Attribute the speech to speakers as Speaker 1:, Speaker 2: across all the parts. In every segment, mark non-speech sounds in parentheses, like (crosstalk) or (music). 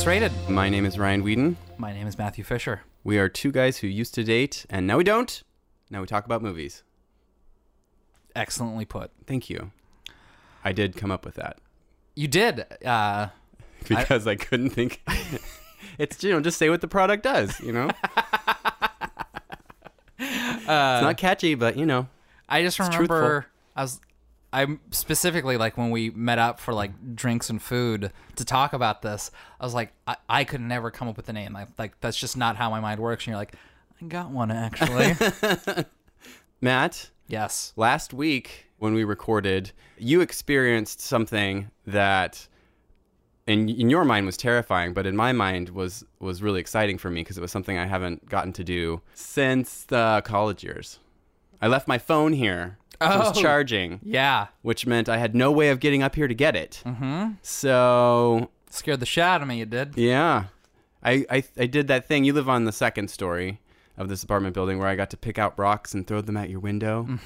Speaker 1: Traded.
Speaker 2: My name is Ryan Whedon.
Speaker 1: My name is Matthew Fisher.
Speaker 2: We are two guys who used to date, and now we don't. Now we talk about movies.
Speaker 1: Excellently put.
Speaker 2: Thank you. I did come up with that
Speaker 1: You did. Uh,
Speaker 2: because I, couldn't think. it's you know just say what the product does. You know. it's not catchy, but you know.
Speaker 1: I just remember I was I specifically like when we met up for like drinks and food to talk about this. I was like, I, I could never come up with a name. Like, like that's just not how my mind works. And you're like, I got one actually.
Speaker 2: Matt,
Speaker 1: yes.
Speaker 2: last week when we recorded, you experienced something that in in your mind was terrifying, but in my mind was was really exciting for me because it was something I haven't gotten to do since the college years. I left my phone here. It was
Speaker 1: Oh.
Speaker 2: charging,
Speaker 1: Yeah.
Speaker 2: which meant I had no way of getting up here to get it. Mm-hmm. So
Speaker 1: Scared the shit out of me. You did.
Speaker 2: yeah, I, I I did that thing. You live on the second story of this apartment building where I got to pick out rocks and throw them at your window.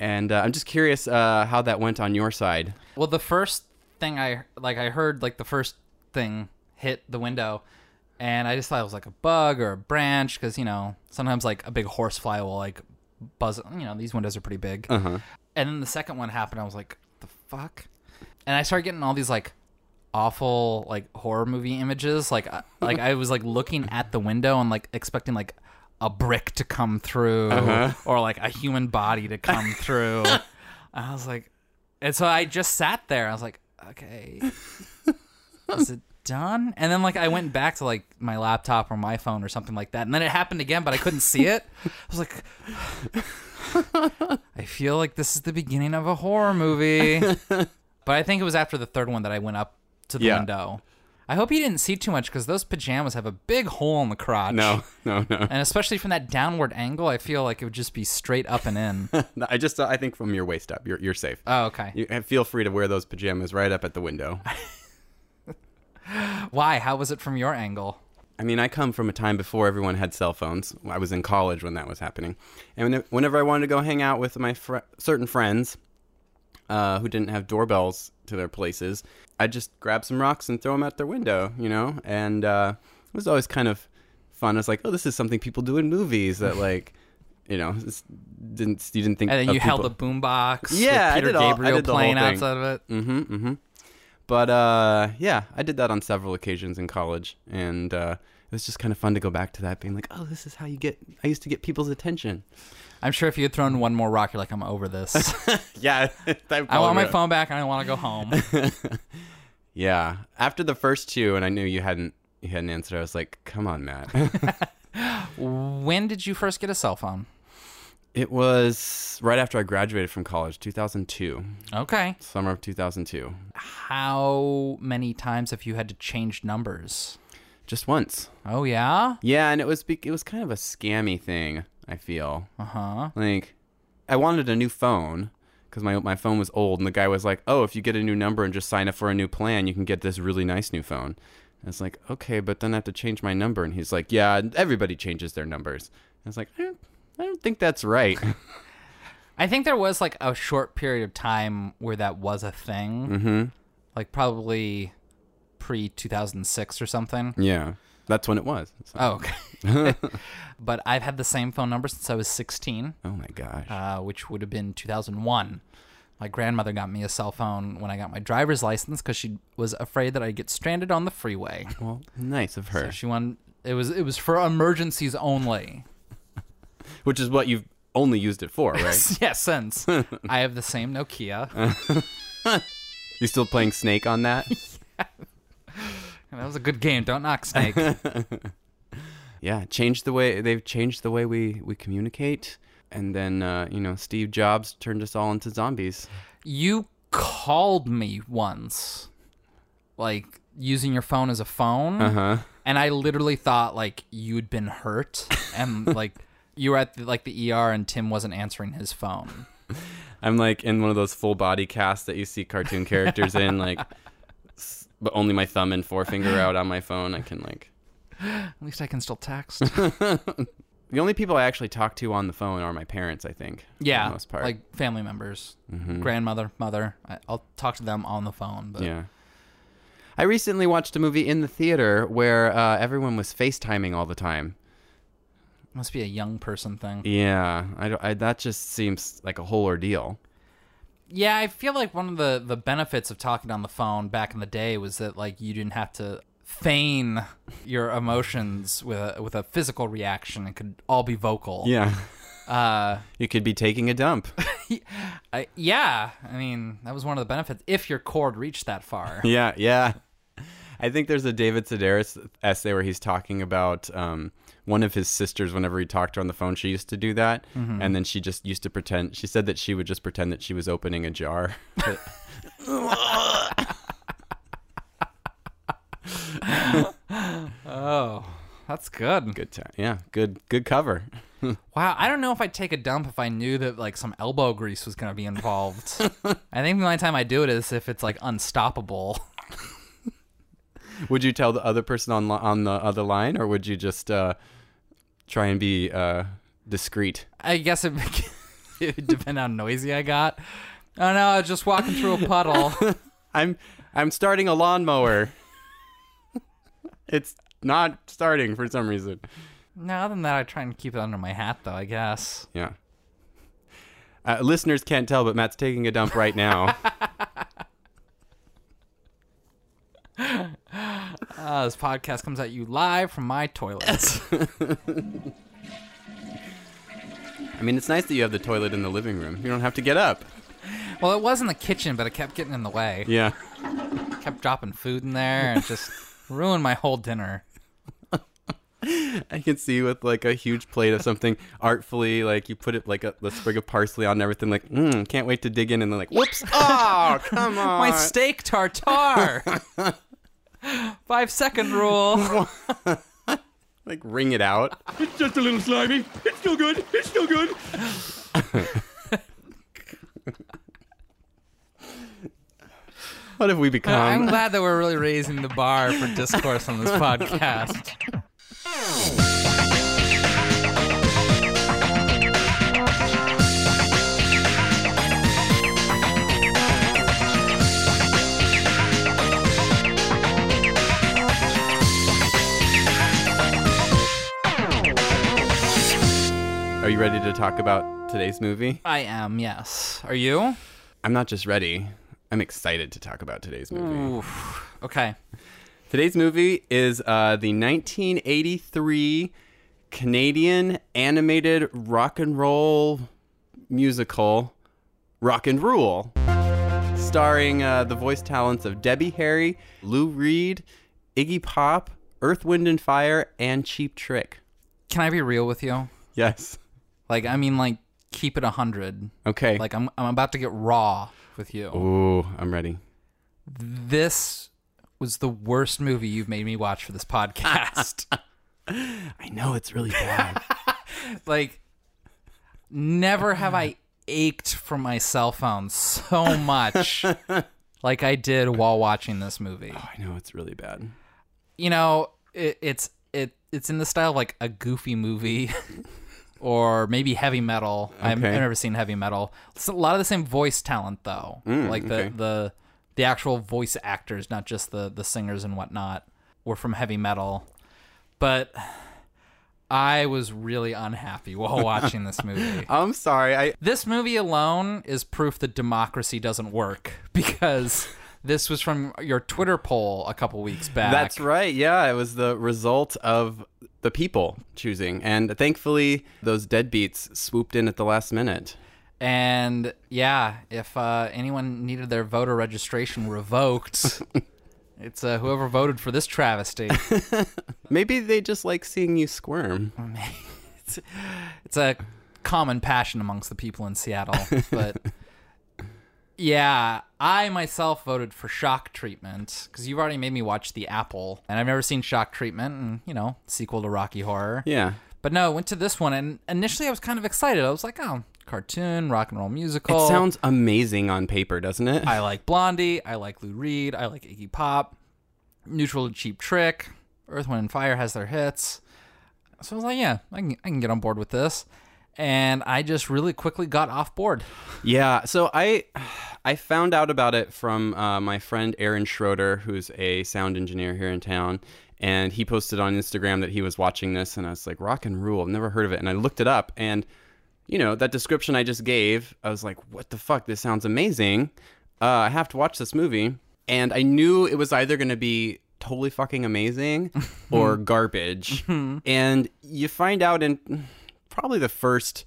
Speaker 2: And uh, I'm just curious uh, how that went on your side.
Speaker 1: Well, the first thing I like, I heard like the first thing hit the window, and I just thought it was like a bug or a branch because you know sometimes like a big horsefly will like buzz. You know these windows are pretty big.
Speaker 2: Uh-huh.
Speaker 1: And then the second one happened. I was like, the fuck, and I started getting all these like awful like horror movie images. Like I- like I was like looking at the window and like expecting like a brick to come through or like a human body to come through. And I was like, and so I just sat there. I was like, okay,
Speaker 2: (laughs)
Speaker 1: is it done? And then like I went back to like my laptop or my phone or something like that. And then it happened again, but I couldn't see it. I was like, (sighs) I feel like this is the beginning of a horror
Speaker 2: (laughs)
Speaker 1: movie. but I think it was after the third one that I went up to the
Speaker 2: Yeah.
Speaker 1: window. I hope you didn't see too much because those pajamas have a big hole in the crotch.
Speaker 2: No, no, no. (laughs)
Speaker 1: And especially from that downward angle, I feel like it would just be straight up and
Speaker 2: (laughs)
Speaker 1: in.
Speaker 2: No, I just I think from your waist up, you're you're safe.
Speaker 1: Oh, okay.
Speaker 2: you and feel free to wear those pajamas right up at the window.
Speaker 1: Why? How was it from your angle?
Speaker 2: I mean, I come from a time before everyone had cell phones. I was in college when that was happening, and when- whenever I wanted to go hang out with my fr- certain friends uh, who didn't have doorbells to their places, I'd just grab some rocks and throw them out their window, you know. And uh, it was always kind of fun. I was like, oh, this is something people do in movies that like. You know, it's- didn't you didn't think?
Speaker 1: And then
Speaker 2: of
Speaker 1: you held
Speaker 2: people-
Speaker 1: a boombox. with
Speaker 2: Yeah, I
Speaker 1: Peter
Speaker 2: did all- I
Speaker 1: Gabriel
Speaker 2: did the whole
Speaker 1: playing
Speaker 2: thing.
Speaker 1: outside of it.
Speaker 2: Mm-hmm. Mm-hmm. But uh, yeah, I did that on several occasions in college, and uh, it was just kind of fun to go back to that, being like, "Oh, this is how you get." I used to get people's attention.
Speaker 1: I'm sure if you had thrown one more rock, you're like, I'm over
Speaker 2: (laughs)
Speaker 1: this.
Speaker 2: Oh, Yeah,
Speaker 1: I want my phone back and I want to go
Speaker 2: (laughs)
Speaker 1: home.
Speaker 2: Yeah, after the first two, and I knew you hadn't you hadn't answered. I was like, "Come on, Matt." (laughs)
Speaker 1: when did you first get a cell phone?
Speaker 2: it was right after I graduated from college, 2002,
Speaker 1: Okay.
Speaker 2: summer of 2002,
Speaker 1: How many times have you had to change numbers?
Speaker 2: just once.
Speaker 1: Oh, yeah?
Speaker 2: Yeah, and it was be- it was kind of a scammy thing. I feel.
Speaker 1: Uh huh.
Speaker 2: Like, I wanted a new phone because my my phone was old, and the guy was like, "Oh, if you get a new number and just sign up for a new plan, you can get this really nice new phone." And it's like, okay, but then I have to change my number, and he's like, "Yeah, everybody changes their numbers." And it's like, I don't, I don't think that's right.
Speaker 1: I think there was like a short period of time where that was a thing. Mm-hmm. Like probably pre 2006 or something.
Speaker 2: yeah, that's when it was. It's like,
Speaker 1: Oh, okay.
Speaker 2: (laughs)
Speaker 1: (laughs) but I've had the same phone number since I was 16,
Speaker 2: oh my gosh.
Speaker 1: uh, which would have been 2001. My grandmother got me a cell phone when I got my driver's license because she was afraid that I'd get stranded on the freeway.
Speaker 2: well, nice of
Speaker 1: So
Speaker 2: her.
Speaker 1: she won. It was it was for emergencies only.
Speaker 2: Which is what you've only used it
Speaker 1: (laughs)
Speaker 2: for, right?
Speaker 1: yeah, since I have the same Nokia, and
Speaker 2: you still playing Snake on that?
Speaker 1: that was a good game. Don't knock Snake.
Speaker 2: yeah changed the way they've changed the way we we communicate and then uh, you know steve jobs turned us all into zombies
Speaker 1: You called me once, like using your phone as a phone,
Speaker 2: uh-huh
Speaker 1: and I literally thought like you'd been hurt, and like you were at the, like the ER, and Tim wasn't answering his phone.
Speaker 2: i'm like in one of those full body casts that you see cartoon characters in (laughs) like s- but only my thumb and forefinger out on my phone i can like
Speaker 1: At least I can still text.
Speaker 2: the only people i actually talk to on the phone are my parents i think for
Speaker 1: Yeah,
Speaker 2: the most part
Speaker 1: like family members, grandmother, mother. I, I'll talk to them on the phone, but
Speaker 2: yeah I recently watched a movie in the theater where uh, everyone was FaceTiming all the time.
Speaker 1: Must be a young person thing.
Speaker 2: Yeah, I, don't- I- that just seems like a whole ordeal.
Speaker 1: Yeah, I feel like one of the the benefits of talking on the phone back in the day was that like you didn't have to feign your emotions with a with a physical reaction. It could all be vocal.
Speaker 2: Yeah,
Speaker 1: Uh,
Speaker 2: you could be taking a dump.
Speaker 1: I, yeah. I mean, that was one of the benefits if your cord reached that far.
Speaker 2: yeah, yeah. I think there's a David Sedaris essay where he's talking about um, one of his sisters. Whenever he talked to her on the phone, she used to do that, and then she just used to pretend. She said that she would just pretend that she was opening a jar. (laughs)
Speaker 1: oh, that's good.
Speaker 2: Good time. Yeah, good, good cover.
Speaker 1: Wow, I don't know if I'd take a dump if I knew that like some elbow grease was gonna be involved. I think the only time I do it is if it's like unstoppable.
Speaker 2: Would you tell the other person on li- on the other line, or would you just uh, try and be uh, discreet?
Speaker 1: I guess it, (laughs) it would depend how noisy I got. Oh no, I was just walking through a puddle.
Speaker 2: I'm I'm starting a lawnmower. (laughs) it's not starting for some reason.
Speaker 1: no, other than that, I try and keep it under my hat, though. I guess.
Speaker 2: Yeah. Uh, listeners can't tell, but Matt's taking a dump right now.
Speaker 1: Uh, this podcast comes at you live from my toilet.
Speaker 2: (laughs) I mean, it's nice that you have the toilet in the living room. You don't have to get up.
Speaker 1: well, it was in the kitchen, but it kept getting in the way.
Speaker 2: Yeah.
Speaker 1: kept dropping food in there and it just ruined my whole dinner.
Speaker 2: I can see you with like a huge plate of something artfully, like you put it like a, the sprig of parsley on and everything, like, mm, can't wait to dig in. And then, like, whoops. (laughs) Oh, (laughs) come on.
Speaker 1: My steak tartare. Five second rule.
Speaker 2: like, wring it out.
Speaker 3: (laughs) It's just a little slimy. It's still good. It's still good.
Speaker 2: (laughs) What have we
Speaker 1: I'm
Speaker 2: become?
Speaker 1: glad that we're really raising the bar for discourse (laughs) on this podcast.
Speaker 2: Are you ready to talk about today's movie?
Speaker 1: I am, yes. Are you?
Speaker 2: I'm not just ready. I'm excited to talk about today's movie.
Speaker 1: Hmm. Oof. Okay.
Speaker 2: Today's movie is uh, the 1983 Canadian animated rock and roll musical, Rock and Rule, starring uh, the voice talents of Debbie Harry, Lou Reed, Iggy Pop, Earth, Wind, and Fire, and Cheap Trick.
Speaker 1: Can I be real with you?
Speaker 2: Yes.
Speaker 1: Like, I mean, like, keep it 100.
Speaker 2: Okay.
Speaker 1: Like, I'm, I'm about to get raw with you.
Speaker 2: Ooh, I'm ready.
Speaker 1: This was the worst movie you've made me watch for this (laughs) podcast.
Speaker 2: I know it's really bad.
Speaker 1: like, never have I ached for my cell phone so (laughs) much like I did while watching this movie.
Speaker 2: I know it's really bad.
Speaker 1: you know, it, it's it it's in the style of like a goofy movie, (laughs) or maybe heavy metal. I'm,
Speaker 2: Okay.
Speaker 1: I've never seen heavy metal. It's a lot of the same voice talent though, like the
Speaker 2: Mm, okay.
Speaker 1: the the actual voice actors, not just the the singers and whatnot, were from heavy metal. But I was really unhappy
Speaker 2: (laughs)
Speaker 1: while watching this movie.
Speaker 2: I'm sorry. I
Speaker 1: This movie alone is proof that democracy doesn't work (laughs) because this was from your Twitter poll a couple weeks back.
Speaker 2: That's right. Yeah, it was the result of the people choosing, and thankfully, those deadbeats swooped in at the last minute.
Speaker 1: And yeah, if uh, anyone needed their voter registration
Speaker 2: (laughs)
Speaker 1: revoked, it's uh, whoever voted for this travesty.
Speaker 2: Maybe they just like seeing you squirm.
Speaker 1: It's a common passion amongst the people in Seattle.
Speaker 2: (laughs)
Speaker 1: But yeah, I myself voted for shock treatment because you've already made me watch The Apple, and I've never seen shock treatment, and you know, sequel to Rocky Horror.
Speaker 2: Yeah,
Speaker 1: But no, I went to this one, and initially I was kind of excited. I was like, oh, cartoon, rock and roll
Speaker 2: it
Speaker 1: musical.
Speaker 2: sounds amazing on paper, doesn't it?
Speaker 1: I like Blondie. I like Lou Reed. I like Iggy Pop. Neutral to Cheap Trick. Earth, Wind, and Fire has their hits. So I was like, yeah, I can, I can get on board with this. and I just really quickly got off board.
Speaker 2: Yeah, so I I found out about it from uh, my friend Aaron Schroeder, who's a sound engineer here in town, and he posted on Instagram that he was watching this, and I was like, "Rock and Rule," I've never heard of it, and I looked it up, and you know that description I just gave, I was like, "What the fuck? This sounds amazing! Uh, I have to watch this movie," and I knew it was either going to be totally fucking amazing or garbage, and you find out in probably the first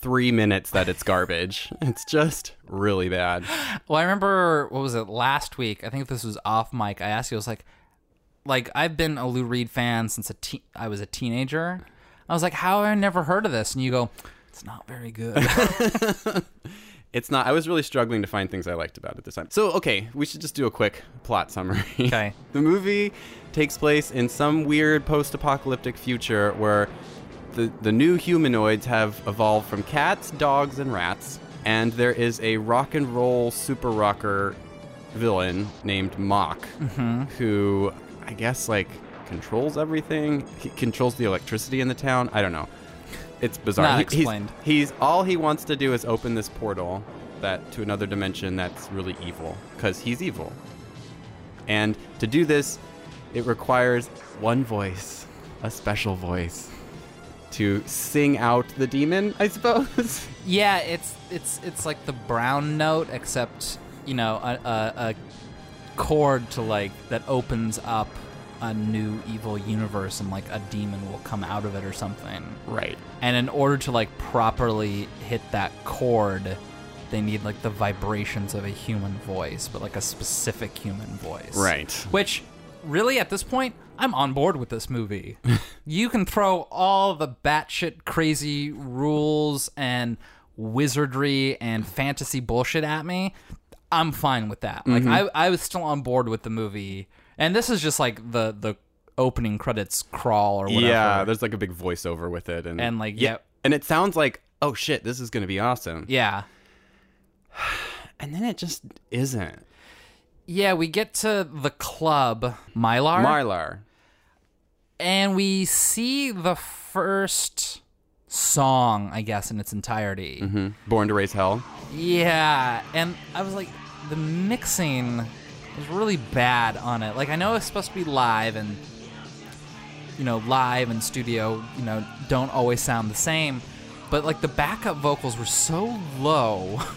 Speaker 2: three minutes that it's garbage. (laughs) it's just really bad.
Speaker 1: Well, I remember what was it last week? I think this was off mic. I asked you, I was like, like I've been a Lou Reed fan since a te- I was a teenager. I was like, how have I never heard of this? And you go, it's not very good.
Speaker 2: It's not. I was really struggling to find things I liked about it this time. So okay, we should just do a quick plot summary.
Speaker 1: Okay.
Speaker 2: (laughs) the movie takes place in some weird post-apocalyptic future where the the new humanoids have evolved from cats, dogs, and rats, and there is a rock and roll super rocker villain named Mock,
Speaker 1: Mm-hmm.
Speaker 2: who I guess like controls everything. He controls the electricity in the town. I don't know. It's bizarre.
Speaker 1: Not
Speaker 2: He- he's-
Speaker 1: explained.
Speaker 2: He's, all he wants to do is open this portal that to another dimension that's really evil because he's evil. And to do this, it requires one voice, a special voice, to sing out the demon. I suppose. (laughs)
Speaker 1: yeah, it's it's it's like the brown note, except you know a, a, a chord to like that opens up a new evil universe, and like a demon will come out of it or something.
Speaker 2: right.
Speaker 1: and in order to like properly hit that chord they need like the vibrations of a human voice but like a specific human voice
Speaker 2: Right.
Speaker 1: which really at this point i'm on board with this
Speaker 2: (laughs)
Speaker 1: movie you can throw all the batshit crazy rules and wizardry and fantasy bullshit at me i'm fine with that
Speaker 2: Mm-hmm.
Speaker 1: like I, I was still on board with the movie and this is just like the the opening credits crawl or whatever
Speaker 2: Yeah. There's like a big voiceover with it, and
Speaker 1: And, like, yep.
Speaker 2: and it sounds like oh shit, this is gonna be awesome.
Speaker 1: yeah
Speaker 2: And then it just isn't.
Speaker 1: Yeah, we get to the club, Mylar,
Speaker 2: Mylar.
Speaker 1: and we see the first song, I guess, in its entirety.
Speaker 2: Hmm. Born to raise hell.
Speaker 1: Yeah, and I was like, the mixing was really bad on it. Like, I know it's supposed to be live, and you know, live and studio, you know, don't always sound the same, but like the backup vocals were so low. (laughs)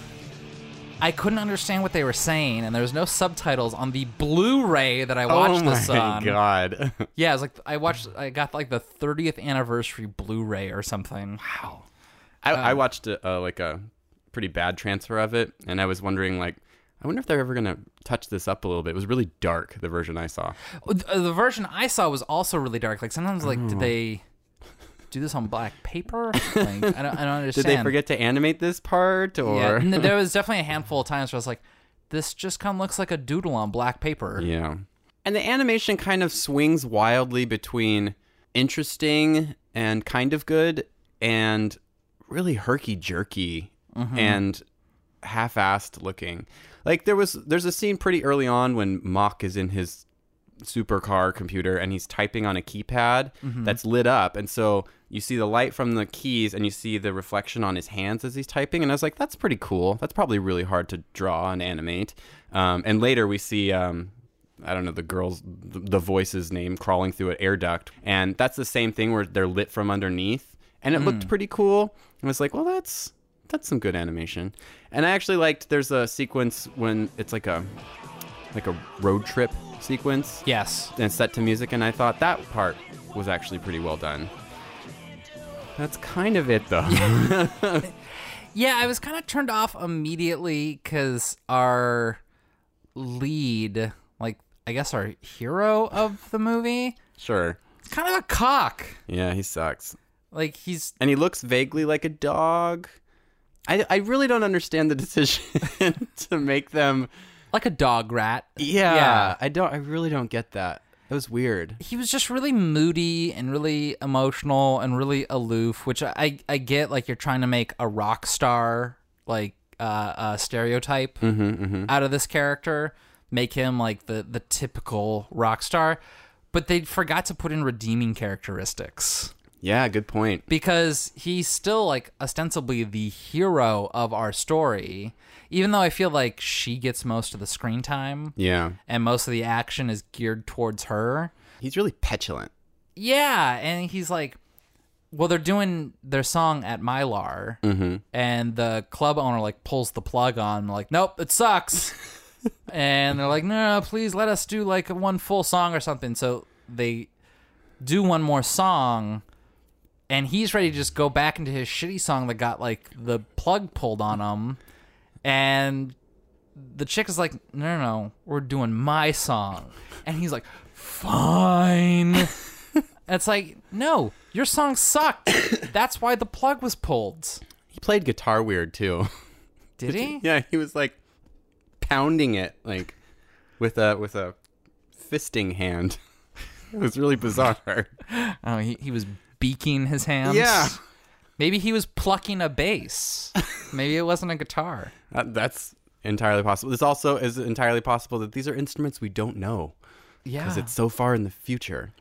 Speaker 1: I couldn't understand what they were saying, and there was no subtitles on the Blu-ray that I watched
Speaker 2: oh my
Speaker 1: this on.
Speaker 2: god. (laughs)
Speaker 1: Yeah, it's like I watched. I got like the 30th anniversary Blu-ray or something. Wow.
Speaker 2: I, I watched a, uh, like a pretty bad transfer of it, and I was wondering like, I wonder if they're ever gonna touch this up a little bit. It was really dark, the version I saw.
Speaker 1: uh, The version I saw was also really dark. Like sometimes, like
Speaker 2: Oh.
Speaker 1: did they do this on black
Speaker 2: (laughs)
Speaker 1: paper? Like, I don't. I don't
Speaker 2: Did
Speaker 1: understand.
Speaker 2: they forget to animate this part, or
Speaker 1: Yeah, and there
Speaker 2: (laughs)
Speaker 1: was definitely a handful of times where I was like, "This just kind of looks like a doodle on black paper."
Speaker 2: Yeah. And the animation kind of swings wildly between interesting and kind of good and really herky jerky and half assed looking. Like there was there's a scene pretty early on when Mock is in his supercar computer and he's typing on a keypad that's lit up and so you see the light from the keys and you see the reflection on his hands as he's typing and i was like that's pretty cool that's probably really hard to draw and animate um, and later we see um, i don't know the girl's the, the voice's name crawling through an air duct and that's the same thing where they're lit from underneath and it looked pretty cool i was like well that's that's some good animation and i actually liked there's a sequence when it's like a like a road trip sequence
Speaker 1: Yes.
Speaker 2: and set to music, and I thought that part was actually pretty well done. That's kind of it, (laughs) though.
Speaker 1: Yeah, I was kind of turned off immediately because our lead, like I guess our hero of the movie,
Speaker 2: sure.
Speaker 1: is kind of a cock.
Speaker 2: Yeah, he sucks.
Speaker 1: Like he's
Speaker 2: And he looks vaguely like a dog. I, I really don't understand the decision (laughs) to make them.
Speaker 1: like a dog rat.
Speaker 2: Yeah,
Speaker 1: Yeah.
Speaker 2: I don't. I really don't get that. That was weird.
Speaker 1: He was just really moody and really emotional and really aloof, which I I get. Like you're trying to make a rock star like uh, uh, stereotype out of this character, make him like the the typical rock star, but they forgot to put in redeeming characteristics.
Speaker 2: Yeah, good point.
Speaker 1: because he's still like ostensibly the hero of our story, even though I feel like she gets most of the screen time
Speaker 2: Yeah.
Speaker 1: and most of the action is geared towards her.
Speaker 2: He's really petulant.
Speaker 1: Yeah, and he's like, well, they're doing their song at Mylar, and the club owner like pulls the plug on, like, nope, it sucks. and they're like, no, no, please let us do like one full song or something. So they do one more song, and he's ready to just go back into his shitty song that got like the plug pulled on him, and the chick is like, no, no, no, we're doing my song, and he's like, fine. And it's like, no, your song
Speaker 2: (coughs)
Speaker 1: sucked. That's why the plug was pulled.
Speaker 2: He played guitar weird too.
Speaker 1: Did he?
Speaker 2: (laughs) yeah, he was like pounding it like with a with a fisting hand. (laughs) It was really bizarre.
Speaker 1: Oh, he, he was beaking his hands.
Speaker 2: Yeah.
Speaker 1: Maybe he was plucking a bass. Maybe it wasn't a
Speaker 2: (laughs)
Speaker 1: guitar.
Speaker 2: That- Uh, that's entirely possible. This also is entirely possible that these are instruments we don't know
Speaker 1: Yeah.
Speaker 2: because it's so far in the future.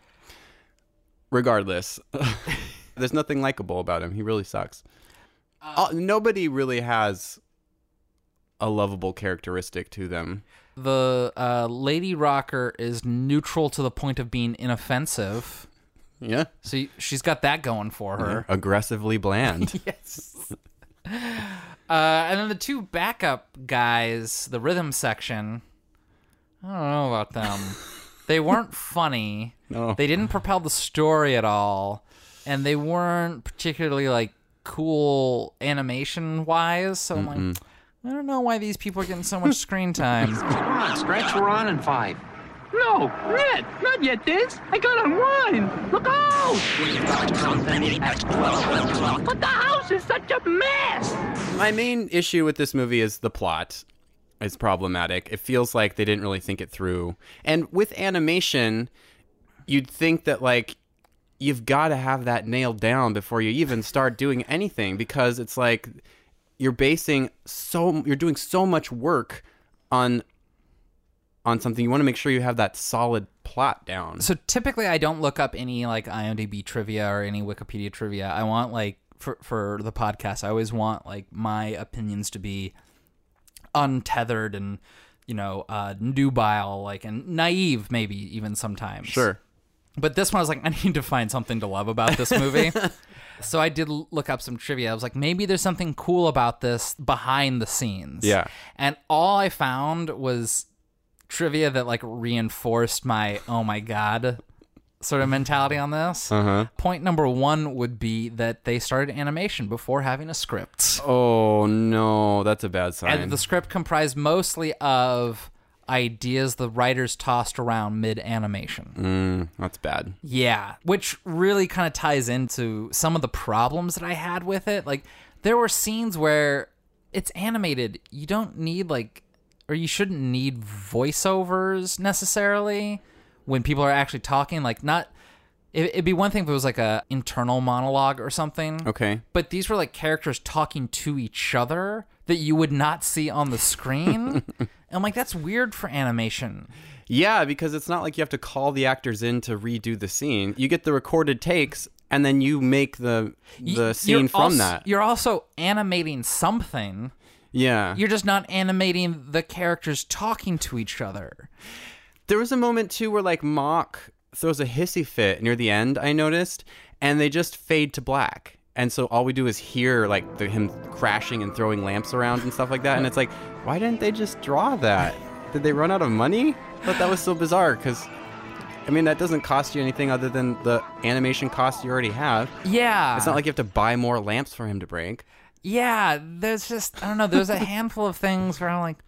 Speaker 2: Regardless, (laughs) there's nothing likable about him. He really sucks. Uh, nobody really has a lovable characteristic to them.
Speaker 1: the uh, lady rocker is neutral to the point of being inoffensive.
Speaker 2: Yeah.
Speaker 1: So you- she's got that going for her.
Speaker 2: Aggressively (laughs) bland.
Speaker 1: Uh, and then the two backup guys, the rhythm section. I don't know about them. they weren't funny.
Speaker 2: No.
Speaker 1: They didn't propel the story at all, and they weren't particularly like cool animation wise. So I'm like, I don't know why these people are getting so much screen time.
Speaker 4: Come on, Stretch, we're on in five.
Speaker 3: No, Red, not yet, this. I got on wine. Look out! But the house is such a mess.
Speaker 2: My main issue with this movie is the plot. It's problematic. It feels like they didn't really think it through. And with animation, you'd think that like you've got to have that nailed down before you even start doing anything because it's like you're basing so you're doing so much work on on something you want to make sure you have that solid plot down.
Speaker 1: Um, so typically, I don't look up any like IMDb trivia or any Wikipedia trivia. I want like for for the podcast, I always want like my opinions to be untethered and you know uh nubile like and naive maybe even sometimes
Speaker 2: Sure.
Speaker 1: But this one, I was like, (laughs) I need to find something to love about this movie. so I did l- look up some trivia. I was like, maybe there's something cool about this behind the scenes.
Speaker 2: Yeah.
Speaker 1: And all I found was trivia that like reinforced my oh my god sort of mentality on this. Uh-huh. Point number one would be that they started animation before having a script.
Speaker 2: Oh no, that's a bad sign.
Speaker 1: And the script comprised mostly of ideas the writers tossed around mid animation.
Speaker 2: that's bad.
Speaker 1: Yeah, which really kind of ties into some of the problems that I had with it. Like there were scenes where it's animated. You don't need like or you shouldn't need voiceovers necessarily when people are actually talking like not it, it'd be one thing if it was like a internal monologue or something.
Speaker 2: Okay.
Speaker 1: But these were like characters talking to each other that you would not see on the screen. And I'm like that's weird for animation.
Speaker 2: Yeah, because it's not like you have to call the actors in to redo the scene. You get the recorded takes, and then you make the the
Speaker 1: You're
Speaker 2: scene from
Speaker 1: also-
Speaker 2: that.
Speaker 1: You're also animating something.
Speaker 2: Yeah,
Speaker 1: You're just not animating the characters talking to each other.
Speaker 2: there was a moment too where like Mock throws a hissy fit near the end. I noticed, and they just fade to black, and so all we do is hear like the, him crashing and throwing lamps around and stuff like that. And it's like, why didn't they just draw that? Did they run out of money? I thought that was so bizarre because. I mean, that doesn't cost you anything other than the animation cost you already have.
Speaker 1: Yeah.
Speaker 2: It's not like you have to buy more lamps for him to break.
Speaker 1: yeah, there's just I don't know,
Speaker 2: (laughs)
Speaker 1: there's a handful of things where I'm like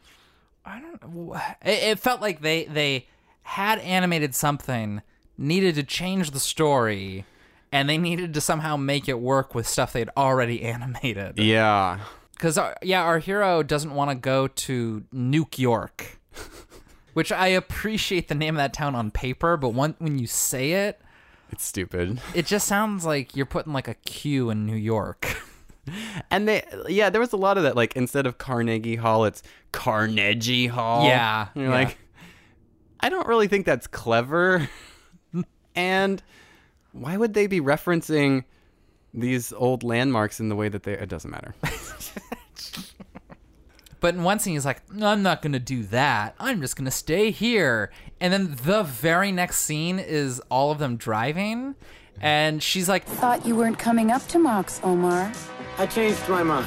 Speaker 1: I don't know. It, it felt like they they had animated something, needed to change the story, and they needed to somehow make it work with stuff they'd already (laughs) animated.
Speaker 2: Yeah.
Speaker 1: Because yeah, our hero doesn't want to go to Nuke York, (laughs) which I appreciate the name of that town on paper, but one, when you say it,
Speaker 2: It's stupid.
Speaker 1: it just sounds like you're putting like a Q in New York. (laughs)
Speaker 2: And they, yeah, there was a lot of that. Like, instead of Carnegie Hall, it's Carnegie Hall.
Speaker 1: Yeah,
Speaker 2: And you're
Speaker 1: yeah.
Speaker 2: like, I don't really think that's clever. and why would they be referencing these old landmarks in the way that they? It doesn't matter.
Speaker 1: But in one scene, he's like, no, I'm not going to do that. I'm just going to stay here. And then the very next scene is all of them driving. And she's like,
Speaker 5: Thought you weren't coming up to Mox, Omar.
Speaker 6: I changed my mind.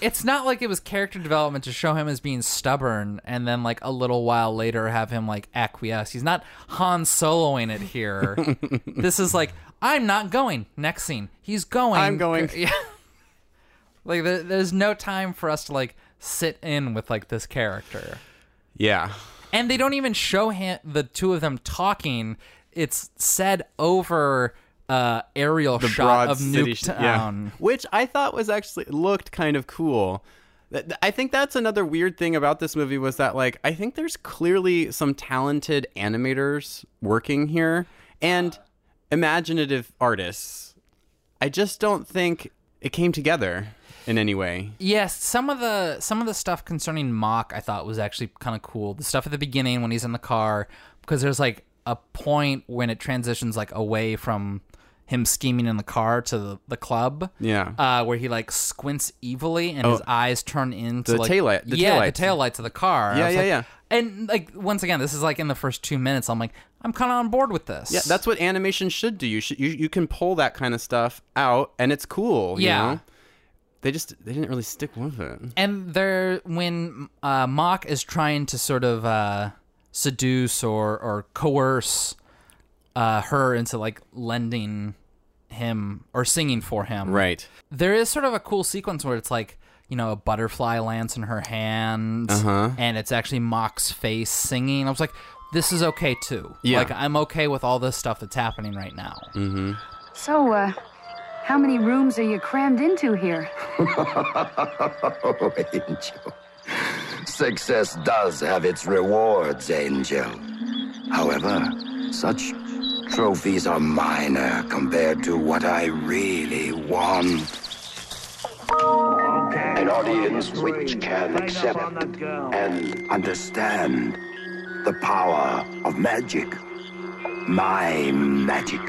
Speaker 1: it's not like it was character development to show him as being stubborn and then, like, a little while later have him, like, acquiesce. He's not Han Soloing it
Speaker 2: (laughs)
Speaker 1: here. this is like, I'm not going. Next scene. He's going.
Speaker 2: I'm going.
Speaker 1: (laughs) Yeah. like, there, there's no time for us to, like, sit in with, like, this character.
Speaker 2: (laughs) Yeah.
Speaker 1: and they don't even show him the two of them talking. It's said over uh, aerial shot of
Speaker 2: city sh-
Speaker 1: Nuketown.
Speaker 2: which I thought was actually looked kind of cool. Th- th- I think that's another weird thing about this movie was that like I think there's clearly some talented animators working here and imaginative artists. I just don't think it came together in any way.
Speaker 1: Yes, some of the some of the stuff concerning Mock I thought was actually kind of cool. The stuff at the beginning when he's in the car because there's like a point when it transitions like away from him scheming in the car to the, the club.
Speaker 2: Yeah. Oh.
Speaker 1: Uh, where he like squints evilly and his eyes turn into
Speaker 2: The
Speaker 1: like
Speaker 2: taillight- the
Speaker 1: yeah,
Speaker 2: taillights.
Speaker 1: the taillights of the car. I
Speaker 2: Yeah,
Speaker 1: was
Speaker 2: yeah,
Speaker 1: like-
Speaker 2: yeah.
Speaker 1: And like once again, this is like in the first two minutes. I'm like, I'm kind of on board with this.
Speaker 2: Yeah, that's what animation should do. You should you, you can pull that kind of stuff out and it's cool, you
Speaker 1: Yeah.
Speaker 2: know? They just they didn't really stick with it.
Speaker 1: And there, when uh, Mock is trying to sort of uh, seduce or or coerce uh, her into like lending him or singing for him,
Speaker 2: Right.
Speaker 1: There is sort of a cool sequence where it's like you know a butterfly lands in her hand,
Speaker 2: Uh-huh.
Speaker 1: and it's actually Mock's face singing. I was like, this is okay too.
Speaker 2: Yeah.
Speaker 1: Like I'm okay with all this stuff that's happening right now.
Speaker 5: So, uh, how many rooms are you crammed into here?
Speaker 7: Oh, Angel. Success does have its rewards, Angel. However, such trophies are minor compared to what I really want. An audience which can accept and understand the power of magic. My magic.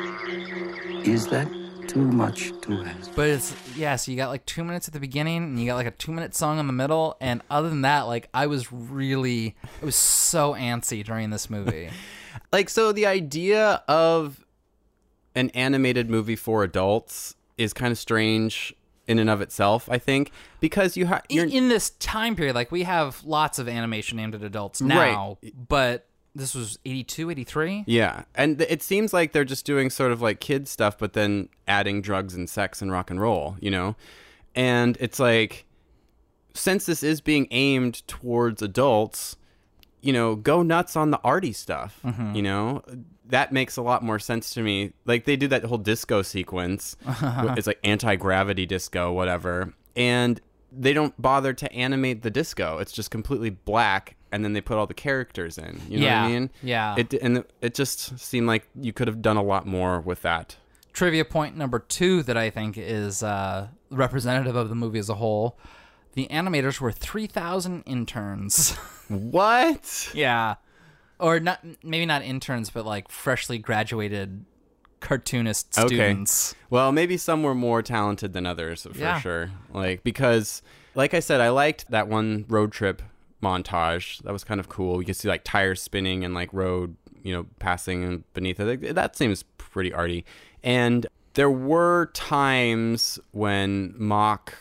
Speaker 7: Is that too much to ask?
Speaker 1: But it's yeah, so you got like two minutes at the beginning and you got like a two minute song in the middle, and other than that, like I was really I was so antsy during this movie.
Speaker 2: like so the idea of an animated movie for adults is kind of strange in and of itself i think because you have
Speaker 1: In, in this time period, like we have lots of animation aimed at adults now, but this was 82, 83?
Speaker 2: yeah and th- it seems like they're just doing sort of like kid stuff but then adding drugs and sex and rock and roll you know and it's like since this is being aimed towards adults you know go nuts on the arty stuff
Speaker 1: Mm-hmm.
Speaker 2: you know that makes a lot more sense to me like they do that whole disco
Speaker 1: (laughs)
Speaker 2: sequence it's like anti-gravity disco whatever and they don't bother to animate the disco it's just completely black and then they put all the characters in you know
Speaker 1: Yeah,
Speaker 2: what i mean
Speaker 1: yeah.
Speaker 2: it and it just seemed like you could have done a lot more with that
Speaker 1: Trivia point number two that I think is uh, representative of the movie as a whole. The animators were 3,000 interns. (laughs)
Speaker 2: what
Speaker 1: Yeah. Or not maybe not interns, but like freshly graduated cartoonist
Speaker 2: Okay.
Speaker 1: students.
Speaker 2: Well, maybe some were more talented than others for
Speaker 1: Yeah.
Speaker 2: sure. Like because like I said, I liked that one road trip montage. That was kind of cool. You could see like tires spinning and like road, you know, passing and beneath it. Like, that seems pretty arty. And there were times when mock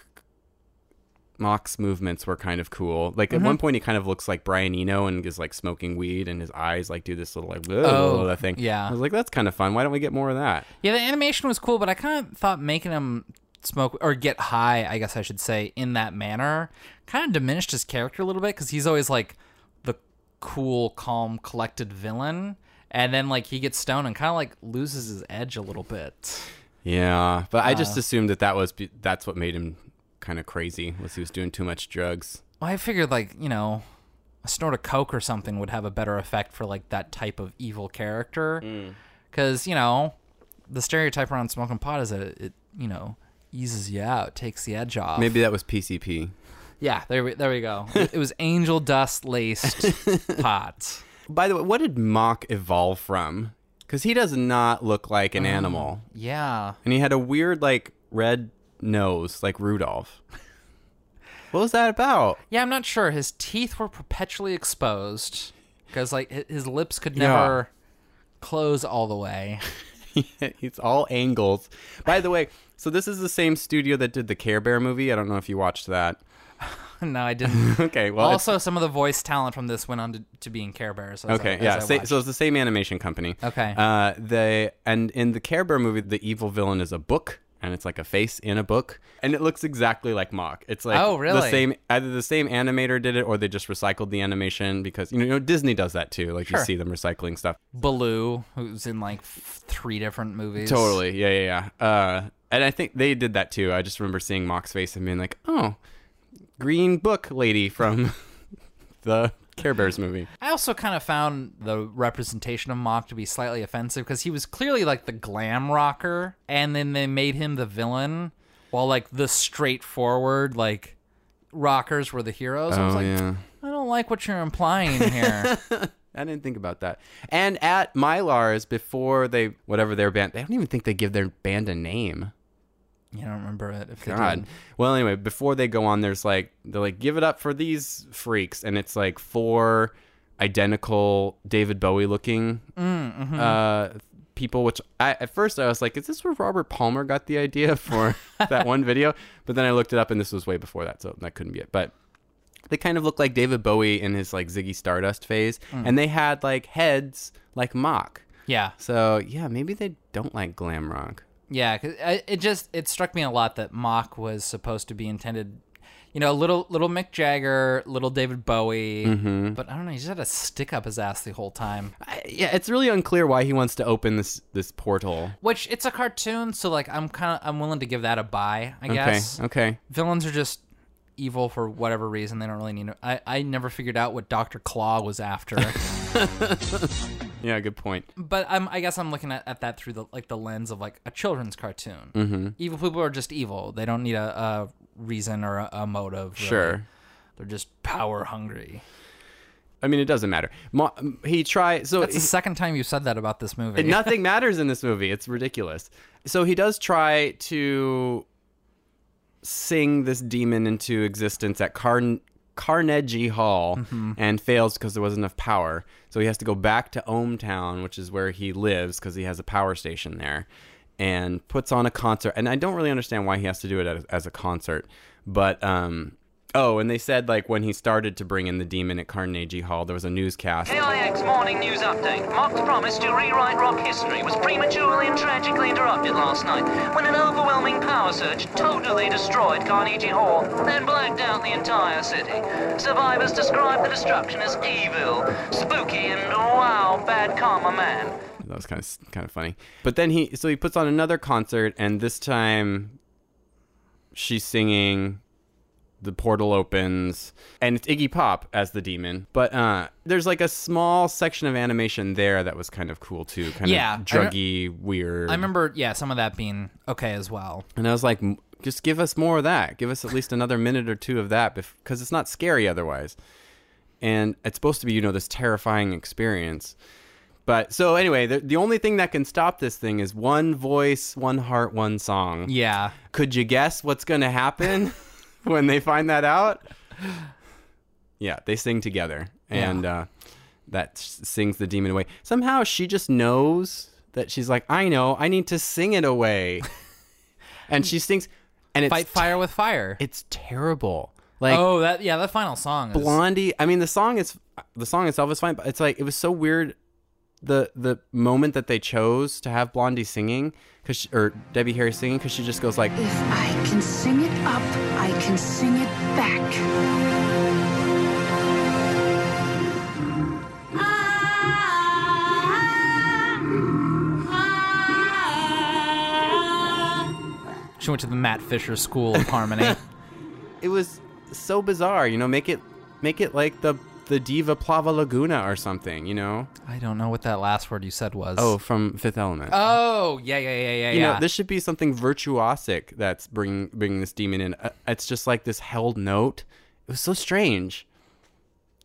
Speaker 2: Mock's movements were kind of cool. Like
Speaker 1: Mm-hmm.
Speaker 2: at one point, he kind of looks like Brian Eno and is like smoking weed, and his eyes like do this little like oh that thing.
Speaker 1: yeah.
Speaker 2: I was like, that's kind of fun. Why don't we get more of that?
Speaker 1: Yeah, the animation was cool, but I kind of thought making him smoke or get high, I guess I should say, in that manner kind of diminished his character a little bit because he's always like the cool, calm, collected villain. And then like he gets stoned and kind of like loses his edge a little bit.
Speaker 2: Yeah, but I just assumed that that was be- that's what made him kind of crazy was he was doing too much drugs.
Speaker 1: Well, I figured like you know, a snort of coke or something would have a better effect for like that type of evil character,
Speaker 2: Mm.
Speaker 1: because you know, the stereotype around smoking pot is that it, it you know eases you out, takes the edge off.
Speaker 2: Maybe that was PCP.
Speaker 1: Yeah, there we there we go. it was
Speaker 2: (laughs)
Speaker 1: angel dust laced pot.
Speaker 2: By the way, what did Mock evolve from? because he does not look like an animal,
Speaker 1: Yeah.
Speaker 2: and he had a weird like red nose, like Rudolph. (laughs) what was that about? (laughs)
Speaker 1: Yeah, I'm not sure. His teeth were perpetually exposed because like hi- his lips could
Speaker 2: Yeah.
Speaker 1: never close all the way. (laughs)
Speaker 2: it's all angles. By the way, so this is the same studio that did the Care Bear movie. I don't know if you watched that. (laughs)
Speaker 1: no, I didn't.
Speaker 2: Okay, well, it's-
Speaker 1: also, some of the voice talent from this went on to, to be in Care Bears. as
Speaker 2: okay,
Speaker 1: I- as
Speaker 2: yeah.
Speaker 1: I
Speaker 2: sa-
Speaker 1: watched.
Speaker 2: so it's the same animation company.
Speaker 1: Okay.
Speaker 2: Uh, they and in the Care Bear movie, the evil villain is a book, and it's like a face in a book, and it looks exactly like Mock. It's like
Speaker 1: Oh,
Speaker 2: The
Speaker 1: really?
Speaker 2: same either the same animator did it, or they just recycled the animation because you know, Disney does that too. Like you
Speaker 1: Sure.
Speaker 2: see them recycling stuff.
Speaker 1: Baloo, who's in like f- three different movies.
Speaker 2: Totally. Yeah, yeah, yeah. Uh, and I think they did that too. I just remember seeing Mock's face and being like, "Oh, green book lady from (laughs) the Care Bears movie."
Speaker 1: I also kind of found the representation of Mock to be slightly offensive because he was clearly like the glam rocker, and then they made him the villain, while like the straightforward like rockers were the heroes. I was
Speaker 2: Oh,
Speaker 1: like, I don't like what you're implying
Speaker 2: (laughs)
Speaker 1: here.
Speaker 2: I didn't think about that. And at Mylar's before they whatever their band, they don't even think they give their band a name.
Speaker 1: you don't remember it if they
Speaker 2: God.
Speaker 1: did.
Speaker 2: Well, anyway, before they go on, there's like they're like give it up for these freaks, and it's like four identical David Bowie looking uh, people. Which I at first I was like, is this where Robert Palmer got the idea for that one video? But then I looked it up, and this was way before that, so that couldn't be it. But they kind of looked like David Bowie in his like Ziggy Stardust phase, and they had like heads like mock.
Speaker 1: Yeah,
Speaker 2: So yeah, maybe they don't like glam rock.
Speaker 1: yeah. 'cause I, it just it struck me a lot that Mock was supposed to be intended, you know, little little Mick Jagger, little David Bowie,
Speaker 2: Mm-hmm.
Speaker 1: but I don't know. He just had a stick up his ass the whole time.
Speaker 2: I- yeah, it's really unclear why he wants to open this this portal.
Speaker 1: Which it's a cartoon, so like I'm kind of I'm willing to give that a buy. I guess
Speaker 2: Okay. Okay.
Speaker 1: villains are just evil for whatever reason. They don't really need. To, I I never figured out what Doctor Claw was after,
Speaker 2: (laughs) Yeah. Good point.
Speaker 1: but I'm I guess I'm looking at, at that through the like the lens of like a children's cartoon. Mm-hmm. Evil people are just evil. They don't need a, a reason or a, a motive. really.
Speaker 2: Sure.
Speaker 1: they're just power hungry.
Speaker 2: I mean, it doesn't matter. Mo- he tried. So
Speaker 1: That's the second time you said that about this (laughs) movie.
Speaker 2: And nothing matters in this movie. It's ridiculous. So he does try to sing this demon into existence at Carn- Carnegie Hall and fails because there wasn't enough power. So he has to go back to Ohmtown, which is where he lives because he has a power station there, and puts on a concert. And I don't really understand why he has to do it as, as a concert, but um. Oh, and they said like when he started to bring in the demon at Carnegie Hall, there was a newscast.
Speaker 6: KIX Morning News Update. Mark's promise to rewrite rock history was prematurely and tragically interrupted last night when an overwhelming power surge totally destroyed Carnegie Hall and blacked out the entire city. Survivors describe the destruction as evil, spooky, and wow, bad karma man.
Speaker 2: That was kind of kind of funny. But then he so he puts on another concert, and this time she's singing. The portal opens, and it's Iggy Pop as the demon. But uh, there's like a small section of animation there that was kind of cool too, kind
Speaker 1: Yeah, I
Speaker 2: of
Speaker 1: re-
Speaker 2: druggy, weird.
Speaker 1: I remember, yeah, some of that being okay as well.
Speaker 2: and I was like, "M- just give us more of that. Give us at least another minute or two of that, because it's not scary otherwise. And it's supposed to be, you know, this terrifying experience. But so anyway, the, the only thing that can stop this thing is one voice, one heart, one song.
Speaker 1: Yeah,
Speaker 2: Could you guess what's going
Speaker 1: (laughs)
Speaker 2: to happen when they find that out? Yeah, they sing together, and uh, that s- sings the demon away. Somehow she just knows that she's like, I know, I need to sing
Speaker 1: (laughs)
Speaker 2: it away, and she sings, and it's
Speaker 1: fight fire with fire.
Speaker 2: it's terrible. Like
Speaker 1: oh, that yeah, that final song. Is,
Speaker 2: Blondie. I mean, the song is the song itself is fine, but it's like it was so weird. The the moment that they chose to have Blondie singing, cause she, or Debbie Harry singing, because she just goes like,
Speaker 5: If I can sing it up, I can sing it back.
Speaker 1: She went to the Matt Fisher School of
Speaker 2: (laughs)
Speaker 1: Harmony.
Speaker 2: it was so bizarre. You know, make it make it like the the diva Plava Laguna or something. You know,
Speaker 1: I don't know what that last word you said was.
Speaker 2: oh from Fifth Element.
Speaker 1: Oh, yeah, yeah, yeah, yeah,
Speaker 2: you
Speaker 1: yeah.
Speaker 2: know, this should be something virtuosic that's bringing bringing this demon in. Uh, It's just like this held note. It was so strange,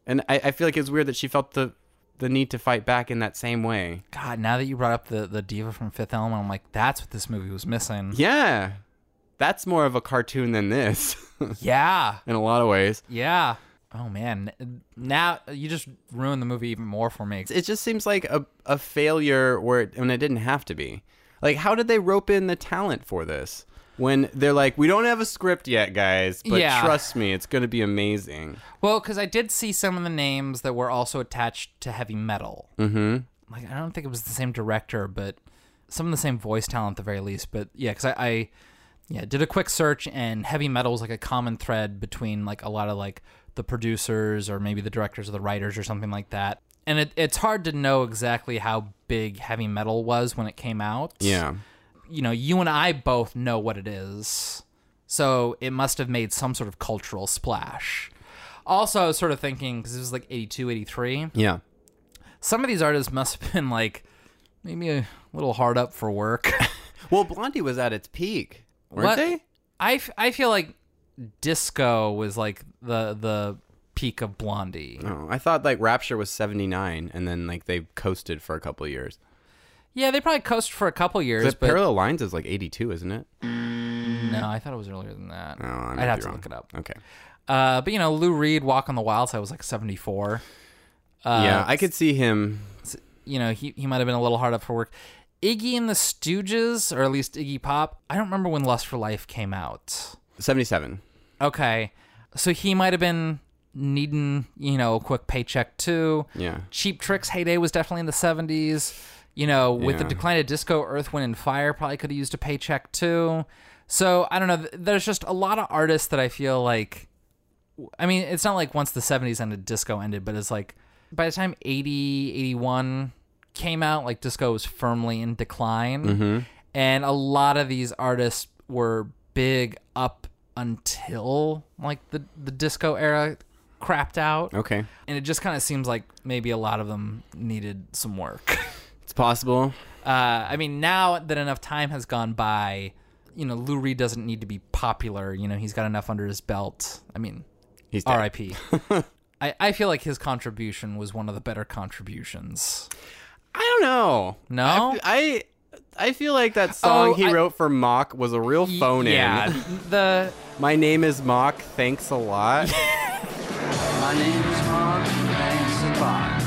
Speaker 2: and I, I feel like it's weird that she felt the the need to fight back in that same way.
Speaker 1: God, now that you brought up the the diva from Fifth Element, I'm like, that's what this movie was missing.
Speaker 2: Yeah. That's more of a cartoon than this (laughs)
Speaker 1: Yeah,
Speaker 2: in a lot of ways.
Speaker 1: yeah. Oh man, n- now you just ruined the movie even more for me.
Speaker 2: It just seems like a, a failure where it, when it didn't have to be. Like, how did they rope in the talent for this? When they're like, we don't have a script yet, guys, but
Speaker 1: Yeah.
Speaker 2: trust me, it's going to be amazing.
Speaker 1: Well, because I did see some of the names that were also attached to heavy metal. Mm-hmm. Like I don't think it was the same director, but some of the same voice talent at the very least. But yeah, because I, I yeah did a quick search and heavy metal was like a common thread between like a lot of like the producers or maybe the directors or the writers or something like that. And it, it's hard to know exactly how big heavy metal was when it came out
Speaker 2: Yeah.
Speaker 1: you know, you and I both know what it is. So it must have made some sort of cultural splash. Also, I was sort of thinking, because this was like 82, 83,
Speaker 2: Yeah.
Speaker 1: some of these artists must have been like maybe a little hard up for work. (laughs)
Speaker 2: Well, Blondie was at its peak, weren't
Speaker 1: What-
Speaker 2: they?
Speaker 1: I, f- I feel like disco was like the, the peak of Blondie.
Speaker 2: Oh, I thought like Rapture was 79 and then like they coasted for a couple of years.
Speaker 1: Yeah, they probably coasted for a couple years,
Speaker 2: But
Speaker 1: but
Speaker 2: Parallel Lines is like 82, isn't it?
Speaker 1: no, I thought it was earlier than that.
Speaker 2: Oh, I might
Speaker 1: I'd have
Speaker 2: be
Speaker 1: to
Speaker 2: wrong.
Speaker 1: look it up.
Speaker 2: Okay.
Speaker 1: Uh, but you know, Lou Reed, Walk on the Wild Side was like 74. Uh,
Speaker 2: yeah, I could see him.
Speaker 1: you know, he, he might have been a little hard up for work. Iggy and the Stooges, or at least Iggy Pop, I don't remember when Lust for Life came out.
Speaker 2: 77.
Speaker 1: Okay. So he might have been needing, you know, a quick paycheck too.
Speaker 2: Yeah.
Speaker 1: Cheap Trick's heyday was definitely in the 70s. You know, with the
Speaker 2: Yeah.
Speaker 1: decline of disco, Earth, Wind, and Fire probably could have used a paycheck too. So I don't know. Th- There's just a lot of artists that I feel like. I mean, it's not like once the 70s ended, disco ended, but it's like by the time 80, 81 came out, like disco was firmly in decline. And a lot of these artists were big up until like the, the disco era crapped out
Speaker 2: Okay.
Speaker 1: and it just kind of seems like maybe a lot of them needed some work. (laughs)
Speaker 2: It's possible.
Speaker 1: Uh, I mean, now that enough time has gone by, you know, Lou Reed doesn't need to be popular. You know, he's got enough under his belt. I mean,
Speaker 2: He's dead. (laughs)
Speaker 1: R.I.P. I, I feel like his contribution was one of the better contributions.
Speaker 2: I don't know.
Speaker 1: No?
Speaker 2: I I, I feel like that song
Speaker 1: Oh,
Speaker 2: he
Speaker 1: I-
Speaker 2: wrote for Mock was a real phone
Speaker 1: yeah,
Speaker 2: (laughs) in.
Speaker 1: the
Speaker 2: My name is Mock. Thanks
Speaker 1: (laughs)
Speaker 2: a lot.
Speaker 4: My name is Mark, thanks a lot.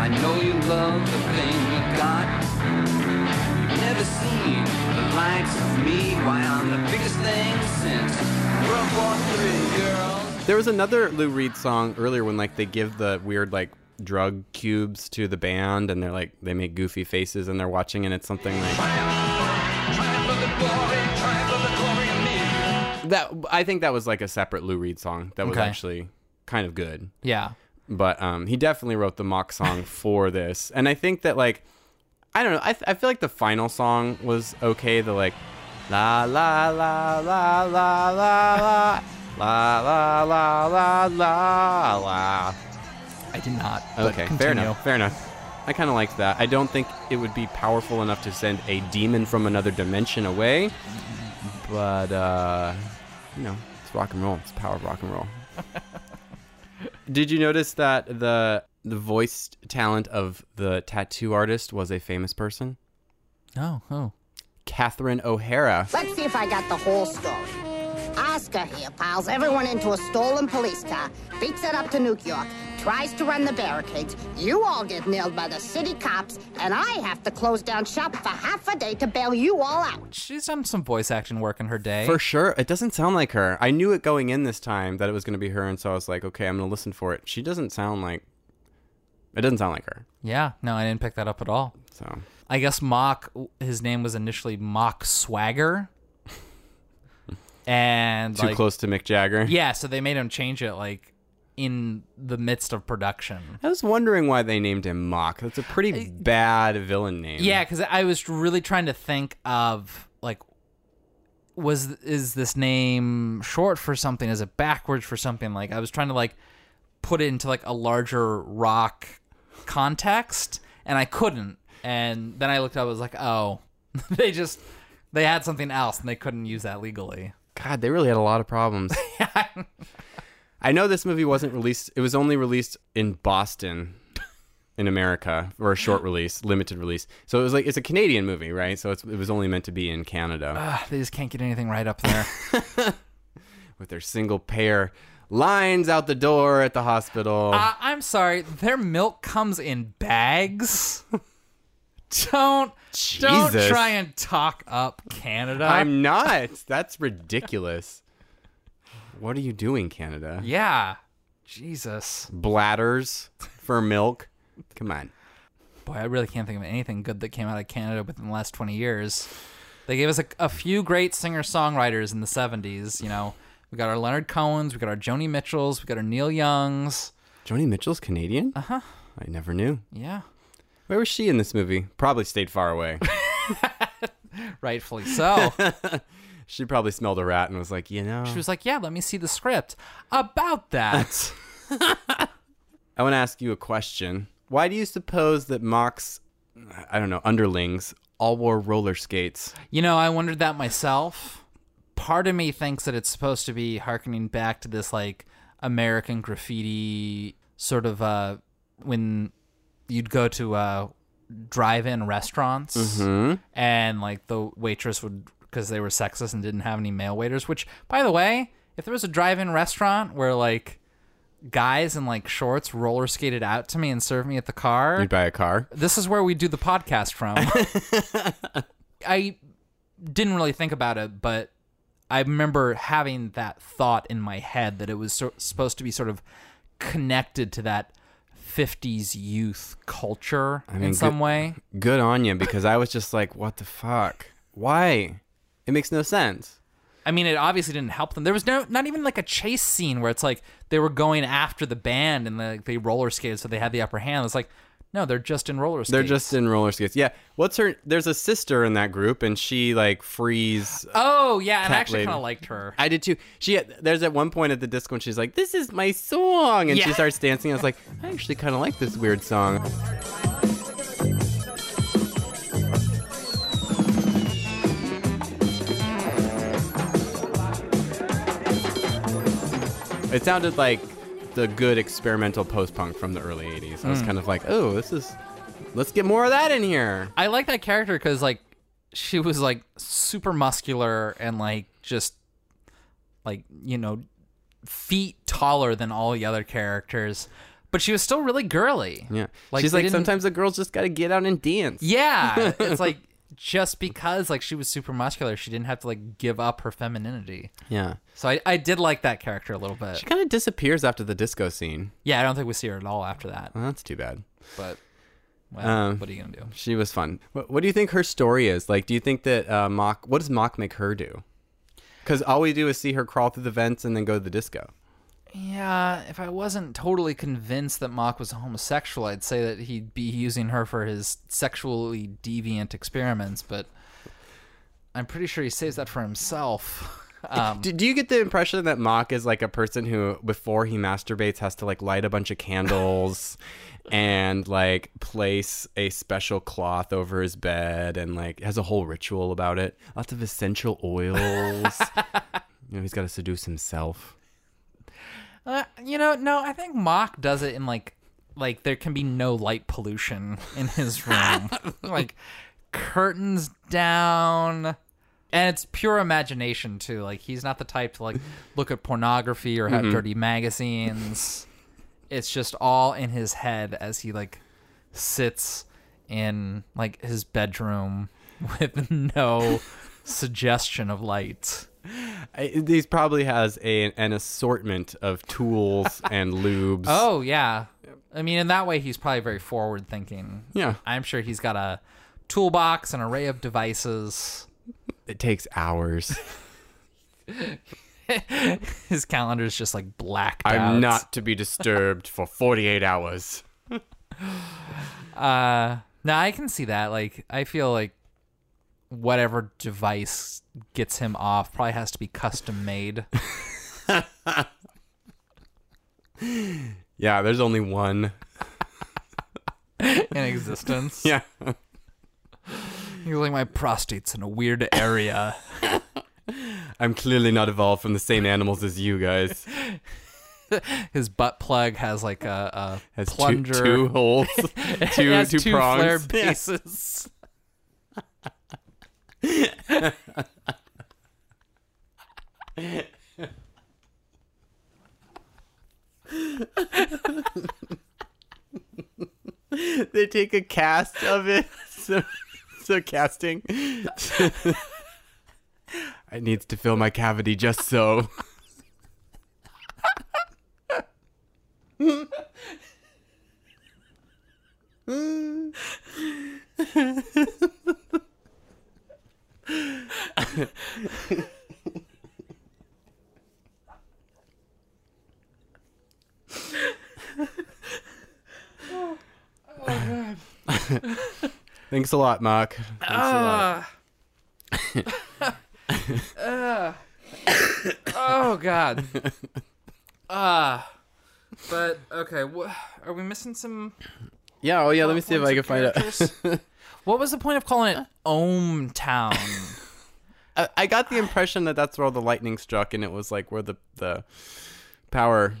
Speaker 4: I know you love the thing you got. You've never seen the likes of me. Why, I'm the biggest thing since World War III, girls.
Speaker 2: there was another Lou Reed song earlier when like they give the weird like drug cubes to the band and they're like they make goofy faces and they're watching and it's something like
Speaker 4: Triumph of the glory, triumph of the glory of me.
Speaker 2: that I think that was like a separate Lou Reed song that was
Speaker 1: Okay.
Speaker 2: actually kind of good.
Speaker 1: yeah.
Speaker 2: but um, he definitely wrote the mock song for this and i think that like i don't know I, I feel like the final song was okay the like la la la la la la la La la la la la la.
Speaker 1: I did not. but
Speaker 2: Okay, fair
Speaker 1: continue.
Speaker 2: enough. Fair enough. I kind of liked that. I don't think it would be powerful enough to send a demon from another dimension away, but uh, you know, it's rock and roll. It's power of rock
Speaker 1: (laughs)
Speaker 2: and roll. Did you notice that the the voice talent of the tattoo artist was a famous person,
Speaker 1: Oh, oh.
Speaker 2: Catherine O'Hara?
Speaker 8: Let's see if I got the whole story. Oscar here piles everyone into a stolen police car, beats it up to New York, tries to run the barricades. You all get nailed by the city cops, and I have to close down shop for half a day to bail you all out.
Speaker 1: She's done some voice acting work in her day.
Speaker 2: For sure. It doesn't sound like her. I knew it going in this time that it was going to be her, and so I was like, okay, I'm going to listen for it. She doesn't sound like. It doesn't sound like her.
Speaker 1: Yeah, no, I didn't pick that up at all.
Speaker 2: So.
Speaker 1: I guess Mock, his name was initially Mock Swagger. And
Speaker 2: too
Speaker 1: like,
Speaker 2: close to Mick Jagger.
Speaker 1: Yeah, so they made him change it like in the midst of production.
Speaker 2: I was wondering why they named him Mock. That's a pretty bad villain name.
Speaker 1: Yeah, cuz I was really trying to think of like was is this name short for something? Is it backwards for something? Like I was trying to like put it into like a larger rock context and I couldn't. And then I looked up I was like, "Oh, (laughs) they just they had something else and they couldn't use that legally." (sighs)
Speaker 2: God, they really had a lot of
Speaker 1: (laughs)
Speaker 2: (laughs) problems. I know this movie wasn't released. It was only released in Boston. in America or a short release, limited release. So it was like it's a Canadian movie, right? So it's, it was only meant to be in Canada
Speaker 1: Ah, they just can't get anything right up there.
Speaker 2: with their single pair lines out the door at the hospital.
Speaker 1: Uh, I'm sorry, their milk comes in bags. don't don't
Speaker 2: Jesus.
Speaker 1: try and talk up Canada.
Speaker 2: I'm not. That's ridiculous. What are you doing, Canada?
Speaker 1: yeah, Jesus,
Speaker 2: Bladders for milk? Come on.
Speaker 1: boy, I really can't think of anything good that came out of Canada within the last 20 years. They gave us a, a few great singer songwriters in the 70s. You know, we got our Leonard Cohen's, we got our Joni Mitchell's, we got our Neil Young's.
Speaker 2: Joni Mitchell's Canadian? Uh
Speaker 1: Uh-huh.
Speaker 2: huh. I never knew.
Speaker 1: Yeah,
Speaker 2: Where was she in this movie? Probably stayed
Speaker 1: (laughs)
Speaker 2: far away.
Speaker 1: rightfully
Speaker 2: (laughs)
Speaker 1: so.
Speaker 2: she probably smelled a rat and was like, you know.
Speaker 1: she was like, "Yeah, let me see the script about (laughs) that."
Speaker 2: (laughs) I want to ask you a question. Why do you suppose that Mock's, I don't know, underlings all wore roller skates?
Speaker 1: You know, I wondered that myself. Part of me thinks that it's supposed to be harkening back to this like American graffiti sort of uh when you'd go to uh drive-in restaurants and like the waitress would because they were sexist and didn't have any male waiters, which by the way, if there was a drive-in restaurant where like guys in like shorts roller skated out to me and served me at the car,
Speaker 2: You'd buy a car?
Speaker 1: this is where we do the podcast
Speaker 2: (laughs)
Speaker 1: from. I didn't really think about it, but I remember having that thought in my head that it was so- supposed to be sort of connected to that 50s youth culture
Speaker 2: mean,
Speaker 1: in some
Speaker 2: good-
Speaker 1: way.
Speaker 2: Good on you, because I was just like, what the fuck? Why? It makes no sense.
Speaker 1: I mean, it obviously didn't help them. There was no, not even like a chase scene where it's like they were going after the band and like they roller skated, so they had the upper hand. It's like, no, they're just in roller skates.
Speaker 2: They're just in roller skates. Yeah. What's her? There's a sister in that group, and she like frees.
Speaker 1: oh yeah, and
Speaker 2: Cat
Speaker 1: I actually
Speaker 2: lady.
Speaker 1: kind of liked her.
Speaker 2: I did too. She had, there's at one point at the disco, and she's like, "This is my song," and she
Speaker 1: Yeah.
Speaker 2: starts dancing. I was like, I actually kind of like this weird song. It sounded like the good experimental post punk from the early 80s.
Speaker 1: Hmm.
Speaker 2: I was kind of like, oh, this is. Let's get more of that in here.
Speaker 1: I like that character because like she was like super muscular and like just like you know feet taller than all the other characters, but she was still really girly.
Speaker 2: Yeah.
Speaker 1: Like,
Speaker 2: She's
Speaker 1: they
Speaker 2: like,
Speaker 1: didn't-
Speaker 2: sometimes the girls just got to get out and dance.
Speaker 1: Yeah,
Speaker 2: (laughs)
Speaker 1: it's like just because like she was super muscular, she didn't have to like give up her femininity.
Speaker 2: Yeah.
Speaker 1: So I, I did like that character a little bit.
Speaker 2: She kind of disappears after the disco scene.
Speaker 1: Yeah, I don't think we see her at all after that.
Speaker 2: Well, that's too bad.
Speaker 1: But well,
Speaker 2: Um,
Speaker 1: what are you gonna do?
Speaker 2: She was fun. What, what do you think her story is? Like, do you think that uh, Mock, what does Mock make her do? Because all we do is see her crawl through the vents and then go to the disco.
Speaker 1: Yeah, if I wasn't totally convinced that Mock was homosexual, I'd say that he'd be using her for his sexually deviant experiments, but I'm pretty sure he saves that for himself. Um,
Speaker 2: Do, do you get the impression that Mock is like a person who, before he masturbates, has to like light a bunch of candles and like place a special cloth over his bed and like has a whole ritual about it? Lots of essential oils. you know, he's got to seduce himself.
Speaker 1: uh, you know, no, I think Mock does it in like like there can be no light pollution in his room. like curtains down. And it's pure imagination too. Like he's not the type to like look at pornography or have dirty magazines. it's just all in his head as he like sits in like his bedroom (laughs) with no suggestion of light.
Speaker 2: I, these probably has a, an assortment of (laughs) tools and lubes.
Speaker 1: Oh yeah. I mean, in that way, he's probably very forward thinking.
Speaker 2: Yeah.
Speaker 1: I'm sure he's got a toolbox, an array of devices. (laughs)
Speaker 2: It takes hours.
Speaker 1: His calendar's just like blacked out.
Speaker 2: I'm not to be disturbed for 48 hours.
Speaker 1: No, I can see that. Like, I feel like whatever device gets him off probably has to be custom
Speaker 2: (laughs)
Speaker 1: made.
Speaker 2: Yeah, there's only one. (laughs)
Speaker 1: in existence.
Speaker 2: Yeah.
Speaker 1: He's like, my prostate's in a weird area. (laughs)
Speaker 2: (laughs) I'm clearly not evolved from the same animals as you guys.
Speaker 1: his butt plug has like a, a
Speaker 2: Has two,
Speaker 1: plunger.
Speaker 2: two (laughs) holes,
Speaker 1: (laughs) It
Speaker 2: two
Speaker 1: has
Speaker 2: two, prongs.
Speaker 1: flare
Speaker 2: (laughs)
Speaker 1: pieces.
Speaker 2: they take a cast of it. (laughs) So, so casting. (laughs) it needs to fill my cavity just so. (laughs) Thanks a lot, Mark. Thanks a lot.
Speaker 1: Oh god. Ah. but okay, wha are we missing some
Speaker 2: Yeah. Oh yeah. Let me see if I can
Speaker 1: points
Speaker 2: find
Speaker 1: of
Speaker 2: out.
Speaker 1: characters? what was the point of calling it Ohm Town?
Speaker 2: I- I got the impression that that's where all the lightning struck, and it was like where the the power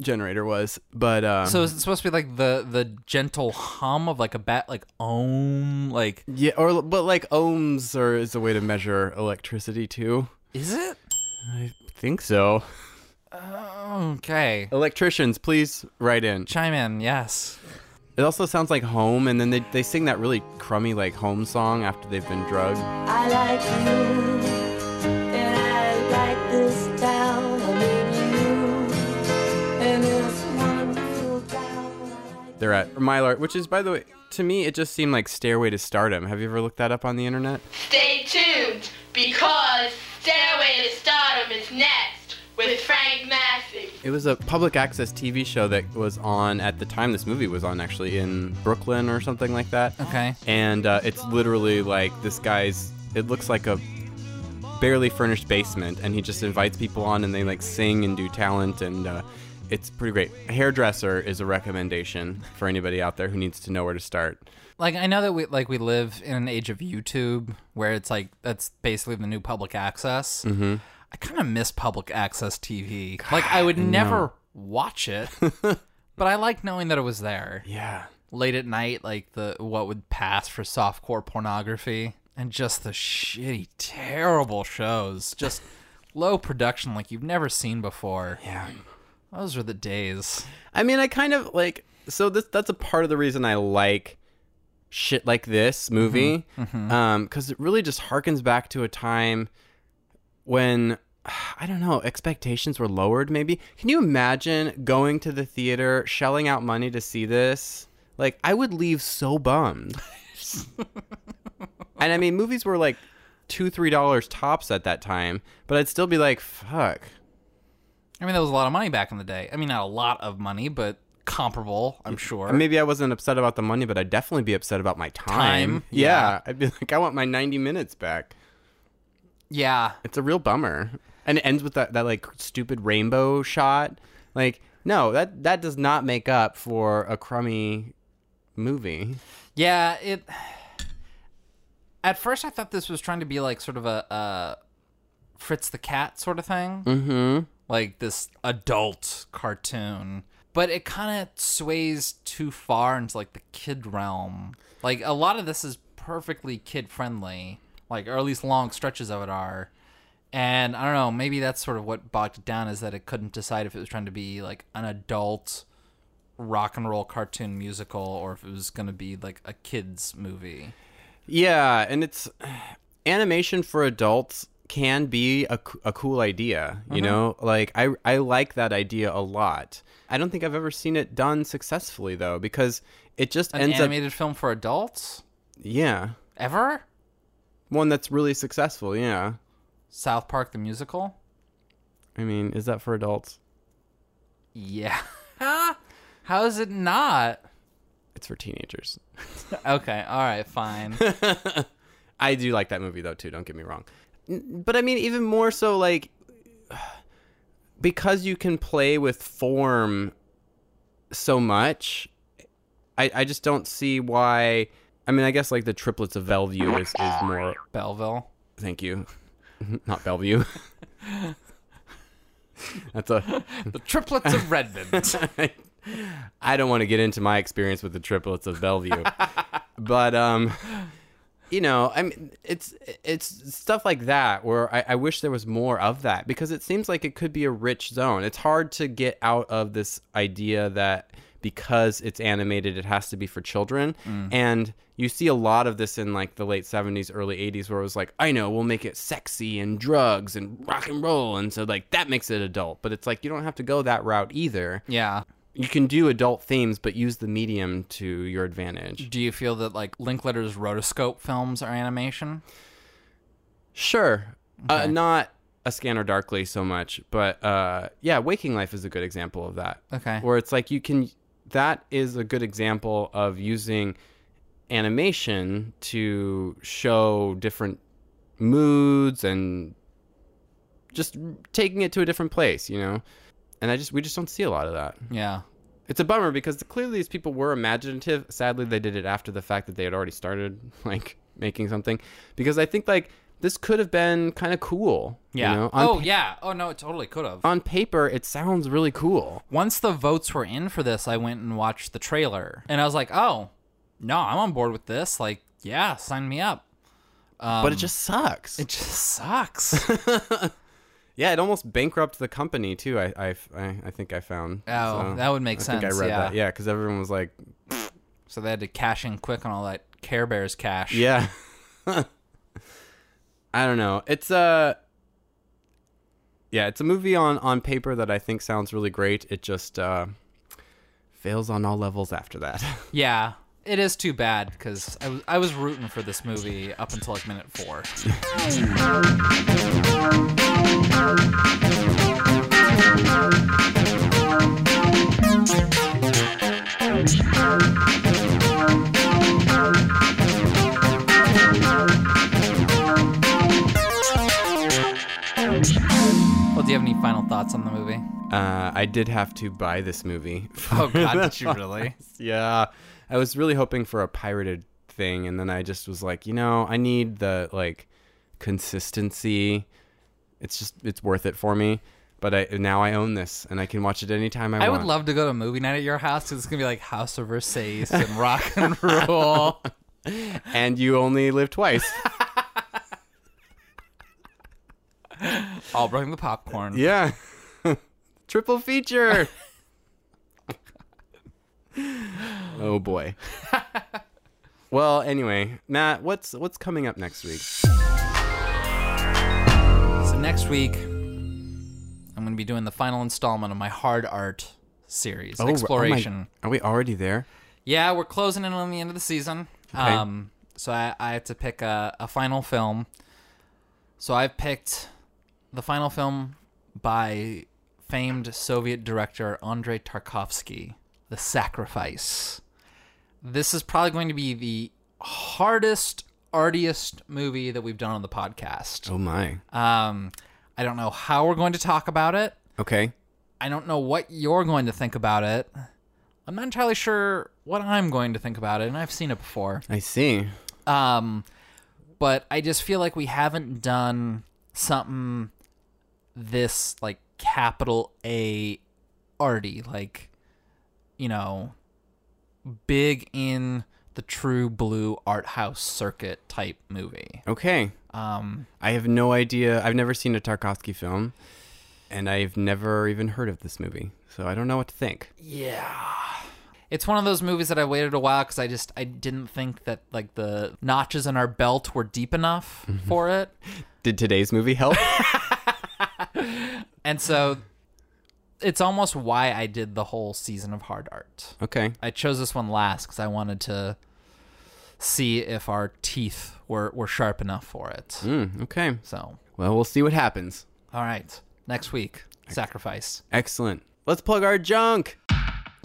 Speaker 2: generator was. But um,
Speaker 1: so is it supposed to be like the the gentle hum of like a bat like ohm like
Speaker 2: yeah, or but like ohms or is a way to measure electricity too.
Speaker 1: is it?
Speaker 2: I think so.
Speaker 1: Okay.
Speaker 2: Electricians, please write in.
Speaker 1: Chime in, yes.
Speaker 2: It also sounds like home, and then they they sing that really crummy like home song after they've been drugged.
Speaker 9: I like you, and I like this town. I mean you, and it's wonderful town. I like
Speaker 2: They're at Mylar, which is by the way, to me, it just seemed like Stairway to Stardom. Have you ever looked that up on the internet?
Speaker 10: Stay tuned because Stairway to Stardom is next with Frank Massey.
Speaker 2: It was a public access TV show that was on at the time this movie was on, actually, in Brooklyn or something like that.
Speaker 1: Okay.
Speaker 2: And uh, it's literally like this guy's, it looks like a barely furnished basement, and he just invites people on and they like sing and do talent, and uh, it's pretty great. Hairdresser is a recommendation for anybody out there who needs to know where to start.
Speaker 1: Like I know that we like we live in an age of YouTube where it's like that's basically the new public access. Mm-hmm. I kind of miss public access TV. like I would never watch
Speaker 2: (laughs)
Speaker 1: it, but I like knowing that it was there.
Speaker 2: Yeah.
Speaker 1: late at night, like the what would pass for softcore pornography, and just the shitty, terrible shows,
Speaker 2: (laughs)
Speaker 1: just low production like you've never seen before.
Speaker 2: Yeah.
Speaker 1: Those were the days.
Speaker 2: I mean, I kind of like so this that's a part of the reason I like shit like this movie because it really just harkens back to a time when (sighs) I don't know expectations were lowered. Maybe can you imagine going to the theater, shelling out money to see this? Like I would leave so bummed. and I mean, movies were like two, three dollars tops at that time, but I'd still be like, fuck.
Speaker 1: I mean, that was a lot of money back in the day. I mean, not a lot of money, but comparable, I'm sure.
Speaker 2: And maybe I wasn't upset about the money, but I'd definitely be upset about my time.
Speaker 1: Time,
Speaker 2: Yeah. I'd be (laughs) like, I want my 90 minutes back.
Speaker 1: yeah,
Speaker 2: It's a real bummer. And it ends with that, that like stupid rainbow shot. Like, no, that, that does not make up for a crummy movie.
Speaker 1: yeah. It. At first, I thought this was trying to be like sort of a uh, Fritz the Cat sort of thing.
Speaker 2: Mm-hmm.
Speaker 1: like this adult cartoon but it kind of sways too far into like the kid realm like a lot of this is perfectly kid friendly like or at least long stretches of it are and i don't know maybe that's sort of what bogged it down is that it couldn't decide if it was trying to be like an adult rock and roll cartoon musical or if it was going to be like a kids movie
Speaker 2: Yeah. And it's (sighs) animation for adults can be a, c- a cool idea, you know? Like, I, I like that idea a lot. I don't think I've ever seen it done successfully, though, because it just
Speaker 1: an
Speaker 2: ends
Speaker 1: animated film for adults
Speaker 2: up. Yeah.
Speaker 1: ever
Speaker 2: one that's really successful. Yeah,
Speaker 1: south park the musical
Speaker 2: I mean, is that for adults?
Speaker 1: Yeah. (laughs) How is it not?
Speaker 2: It's for teenagers.
Speaker 1: Okay, all right, (laughs) fine.
Speaker 2: I do like that movie though too. Don't get me wrong, N- but I mean, even more so, like (sighs) because you can play with form so much. I I just don't see why. I mean, I guess like the triplets of Bellevue is, is more. (laughs)
Speaker 1: Belleville.
Speaker 2: Thank you, not Bellevue. (laughs) That's a
Speaker 1: the triplets of Redmond.
Speaker 2: I don't want to get into my experience with the triplets of Bellevue, but um, you know, I mean, it's it's stuff like that where I, I wish there was more of that because it seems like it could be a rich zone. It's hard to get out of this idea that because it's animated, it has to be for children, and you see a lot of this in like the late 70s early 80s where it was like i know we'll make it sexy and drugs and rock and roll and so like that makes it adult but it's like you don't have to go that route either
Speaker 1: (laughs) yeah.
Speaker 2: you can do adult themes but use the medium to your advantage
Speaker 1: Do you feel that like Linklater's rotoscope films are animation?
Speaker 2: sure uh, not a scanner darkly so much but uh, yeah waking life is a good example of that
Speaker 1: Okay.
Speaker 2: where it's like you can that is a good example of using animation to show different moods and just taking it to a different place you know and i just we just don't see a lot of that
Speaker 1: Yeah.
Speaker 2: it's a bummer because clearly these people were imaginative. Sadly, they did it after the fact that they had already started (laughs) like making something. Because I think like this could have been kind of cool.
Speaker 1: Yeah.
Speaker 2: You know? On,
Speaker 1: oh
Speaker 2: pa-
Speaker 1: yeah. Oh no, it totally could have.
Speaker 2: on paper, it sounds really cool.
Speaker 1: Once the votes were in for this, I went and watched the trailer, and I was like, oh, no, I'm on board with this. Like, yeah, sign me up.
Speaker 2: but it just sucks.
Speaker 1: Um, It just
Speaker 2: (laughs)
Speaker 1: sucks.
Speaker 2: yeah, it almost bankrupted the company too. I I, I, I think I found.
Speaker 1: Oh, that would make
Speaker 2: I think I
Speaker 1: sense,
Speaker 2: read
Speaker 1: yeah.
Speaker 2: that. Yeah, because everyone was like,
Speaker 1: so they had to cash in quick on all that Care Bears cash.
Speaker 2: yeah. (laughs) I don't know. It's uh yeah, it's a movie on on paper that I think sounds really great. It just uh, fails on all levels after that. (laughs)
Speaker 1: Yeah. It is too bad because I was, I was rooting for this movie up until like minute four. Well, do you have any final thoughts on the movie?
Speaker 2: uh, I did have to buy this movie.
Speaker 1: Oh
Speaker 2: (laughs)
Speaker 1: God, did you really?
Speaker 2: yeah, I was really hoping for a pirated thing, and then I just was like, you know, I need the like consistency. It's just it's worth it for me. But I now I own this, and I can watch it anytime I,
Speaker 1: I
Speaker 2: want.
Speaker 1: would love to go to a movie night at your house 'cause it's gonna be like House of Versailles and rock and (laughs) roll.
Speaker 2: and you only live twice.
Speaker 1: I'll bring the popcorn.
Speaker 2: yeah. (laughs) Triple (laughs) feature. oh boy. well, anyway, Matt, what's what's coming up next week?
Speaker 1: So next week, I'm gonna be doing the final installment of my hard art series
Speaker 2: Oh,
Speaker 1: exploration.
Speaker 2: oh my- are we already there?
Speaker 1: Yeah, we're closing in on the end of the season. Um, so I, I have to pick a, a final film. So I've picked the final film by famed Soviet director Andrei Tarkovsky, The Sacrifice. This is probably going to be the hardest, artiest movie that we've done on the podcast.
Speaker 2: Oh my.
Speaker 1: Um, I don't know how we're going to talk about it.
Speaker 2: Okay.
Speaker 1: I don't know what you're going to think about it. I'm not entirely sure what I'm going to think about it, and I've seen it before.
Speaker 2: I see.
Speaker 1: Um, but I just feel like we haven't done something this like capital A arty, like you know, big in the true blue art house circuit type movie.
Speaker 2: Okay.
Speaker 1: Um,
Speaker 2: I have no idea. I've never seen a Tarkovsky film, and I've never even heard of this movie, so I don't know what to think.
Speaker 1: it's one of those movies that I waited a while because I just I didn't think that like the notches in our belt were deep enough for it,
Speaker 2: Did today's movie (laughs) help?
Speaker 1: and so it's almost why I did the whole season of hard art.
Speaker 2: okay.
Speaker 1: I chose this one last because I wanted to see if our teeth were were sharp enough for it.
Speaker 2: Mm, okay.
Speaker 1: So,
Speaker 2: Well, we'll see what happens.
Speaker 1: all right, next week, sacrifice.
Speaker 2: Excellent. Let's plug our junk.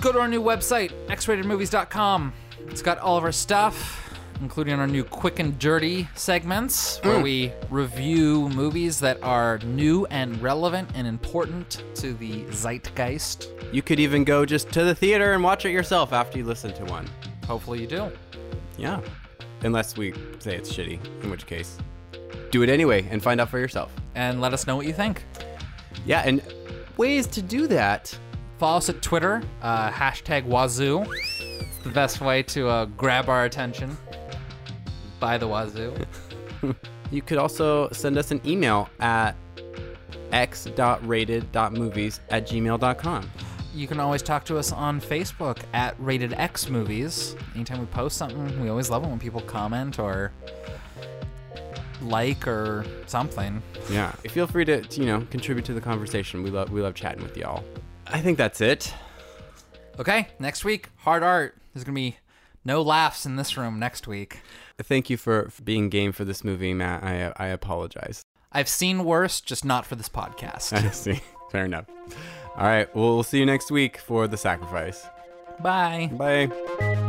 Speaker 1: go to our new website, xratedmovies.com. It's got all of our stuff, including our new quick and dirty segments where we review movies that are new and relevant and important to the zeitgeist.
Speaker 2: You could even go just to the theater and watch it yourself after you listen to one.
Speaker 1: Hopefully, you do.
Speaker 2: Yeah. Unless we say it's shitty, in which case, do it anyway and find out for yourself.
Speaker 1: And let us know what you think.
Speaker 2: Yeah, and ways to do that.
Speaker 1: Follow us at Twitter, uh, hashtag Wazoo. It's the best way to uh, grab our attention. By the Wazoo.
Speaker 2: You could also send us an email at x.rated.movies at gmail.com.
Speaker 1: You can always talk to us on Facebook at Rated X Movies. Anytime we post something, we always love it when people comment or like or something.
Speaker 2: Yeah. Feel free to, to, you know, contribute to the conversation. We love we love chatting with y'all. I think that's it.
Speaker 1: Okay, next week, hard art. There's going to be no laughs in this room next week.
Speaker 2: Thank you for, for being game for this movie, Matt. I I apologize.
Speaker 1: I've seen worse, just not for this podcast.
Speaker 2: (laughs) I see. Fair enough. All right. Well, we'll see you next week for the sacrifice.
Speaker 1: Bye.
Speaker 2: Bye.